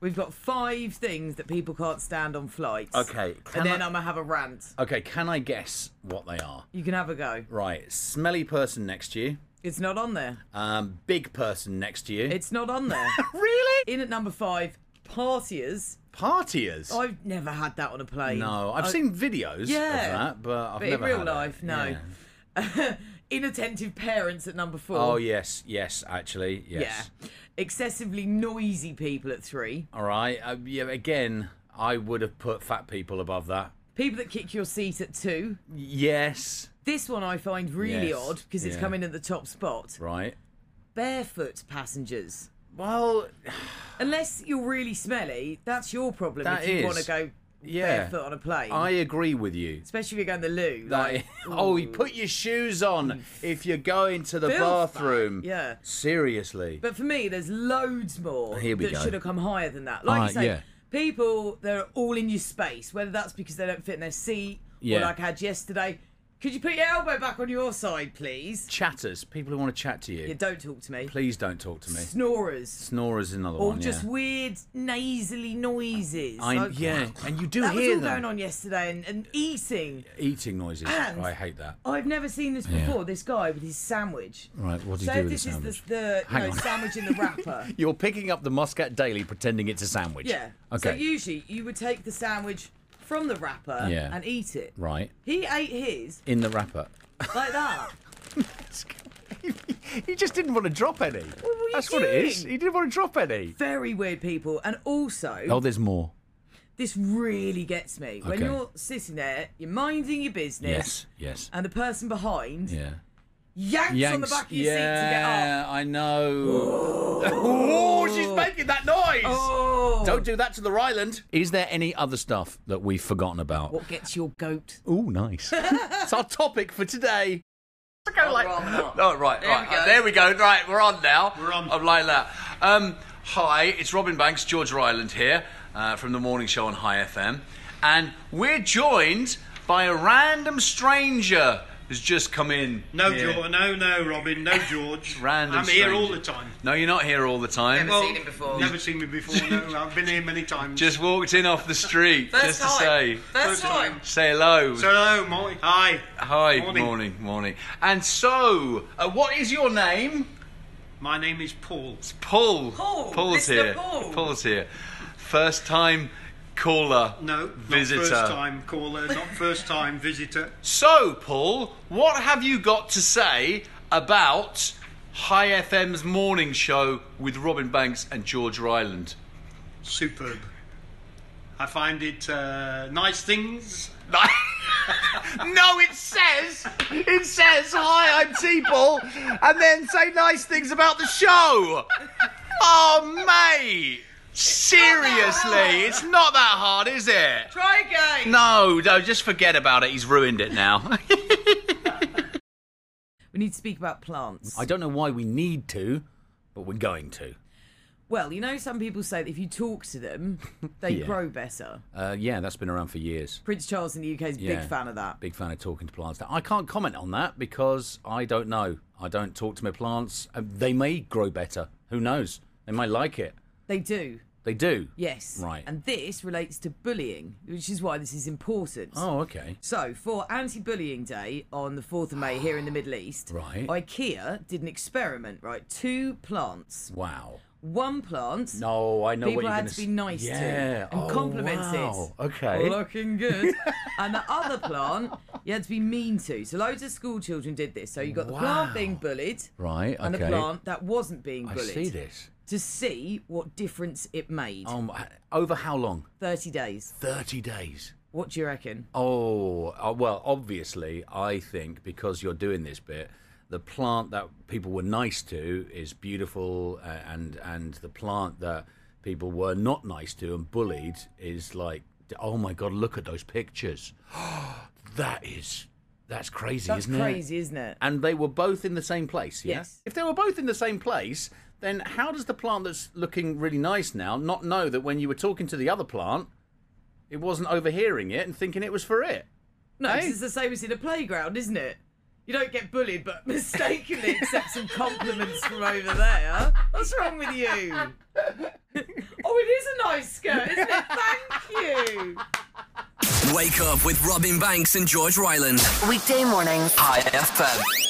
We've got five things that people can't stand on flights. Okay, can and then I- I... am gonna have a rant. Okay, can I guess what they are? You can have a go. Right, smelly person next to you, It's not on there. um, big person next to you. It's not on there. really In at number five, partiers. partiers. I've never had that on a plane. no, I've I- seen videos Yeah. of that, but I've But in never real had it. life, no. Yeah. Inattentive parents at number four. Oh yes, yes, actually, yes. Yeah. Excessively noisy people at three. All right. Uh, yeah. Again, I would have put fat people above that. People that kick your seat at two. Yes. This one I find really Yes, odd because it's yeah. coming at the top spot. Right. Barefoot passengers. Well, Unless you're really smelly, that's your problem That if you is. want to go Yeah. barefoot on a plane. I agree with you. Especially if you're going to the loo. That, like, oh, you put your shoes on if you're going to the Filth that. bathroom. Yeah. Seriously. But for me, there's loads more Here we that go. should have come higher than that. Like Ah, you say, yeah. people they're all in your space, whether that's because they don't fit in their seat, Yeah. or like I had yesterday. Could you put your elbow back on your side, please? Chatters. People who want to chat to you. Yeah, don't talk to me. Please don't talk to me. Snorers. Snorers is another Or one. just yeah. weird nasally noises. I, Like, yeah. And you do That was hear all them. going on yesterday and, and eating. Eating noises. Oh, And- I hate that. I've never seen this before. This guy with his sandwich. Right. What do you So do if with this a is sandwich? the, the you Hang know, on. sandwich in the wrapper. You're picking up the Muscat Daily pretending it's a sandwich. Yeah. Okay. So usually you would take the sandwich from the wrapper Yeah. and eat it. right. He ate his In the wrapper. like that. he just didn't want to drop any. were you That's what it is. doing? He didn't want to drop any. Very weird people. And also, Oh, there's more. this really gets me. When Okay. you're sitting there, you're minding your business. Yes. Yes. And the person behind Yeah. yanks, on Uh, the back of your seat to get up. yeah, I know. Oh, she's making that noise. Oh. Don't do that to the Ryland. Is there any other stuff that we've forgotten about? What gets your goat? Oh, nice. it's our topic for today. Oh, right, right. Uh, there we go. Right, we're on now. We're on. I'm like that. Um, hi, it's Robin Banks, George Ryland here uh, from the morning show on High FM. And we're joined by a random stranger who's just come in. No, here. George, no, no, Robin, no, George. Random I'm here stranger. all the time. No, you're not here all the time. Never seen him before. Never seen me before. No, I've been here many times. Just walked in off the street just to say, First time. say hello. so hello, Molly. Hi. hi, Morning. morning, morning. And so, uh, what is your name? My name is Paul. Paul. Paul, Paul's Mr. here. Paul. Paul's here. First time caller. No, visitor. Not first time caller, not first time visitor. So, Paul, what have you got to say about High FM's morning show with Robin Banks and George Ryland? Superb. I find it uh, nice things. no, it says, it says, hi, I'm T Paul, and then say nice things about the show. Oh, mate. Seriously, it's not that hard, is it? Try again. No, no, just forget about it. He's ruined it now. We need to speak about plants. I don't know why we need to, but we're going to. Well, you know, some people say that if you talk to them, they Yeah. grow better. Uh, yeah, that's been around for years. Prince Charles in the UK is a Yeah. big fan of that. Big fan of talking to plants. I can't comment on that because I don't know. I don't talk to my plants. Uh, They may grow better. Who knows? They might like it. They do. They do. Yes. Right. And this relates to bullying, which is why this is important. Oh, okay. So, for Anti Bullying Day on the 4th of May here in the Middle East, Right. IKEA did an experiment, right? Two plants. Wow. One plant. No, I know People what you're had gonna to be s- nice yeah. to and oh, compliment wow. it. Okay. Looking good. and the other plant, you had to be mean to. So loads of school children did this. So you got the Wow. plant being bullied Right. and the okay. plant that wasn't being I bullied see this. to see what difference it made. Um, h- over how long? 30 days. Thirty days. What do you reckon? Oh, uh, well, obviously, I think because you're doing this bit, the plant that people were nice to is beautiful, uh, and and the plant that people were not nice to and bullied is like, oh my god, look at those pictures. that is, that's crazy, That's isn't it? crazy, is isn't it? And they were both in the same place. Yeah? Yes. If they were both in the same place. Then how does the plant that's looking really nice now not know that when you were talking to the other plant, it wasn't overhearing it and thinking it was for it? No, Eh? 'cause it's the same as in a playground, isn't it? You don't get bullied, but mistakenly accept some compliments from over there. What's wrong with you? oh, it is a nice skirt, isn't it? Thank you. Wake up with Robin Banks and George Ryland. Weekday mornings. High FM.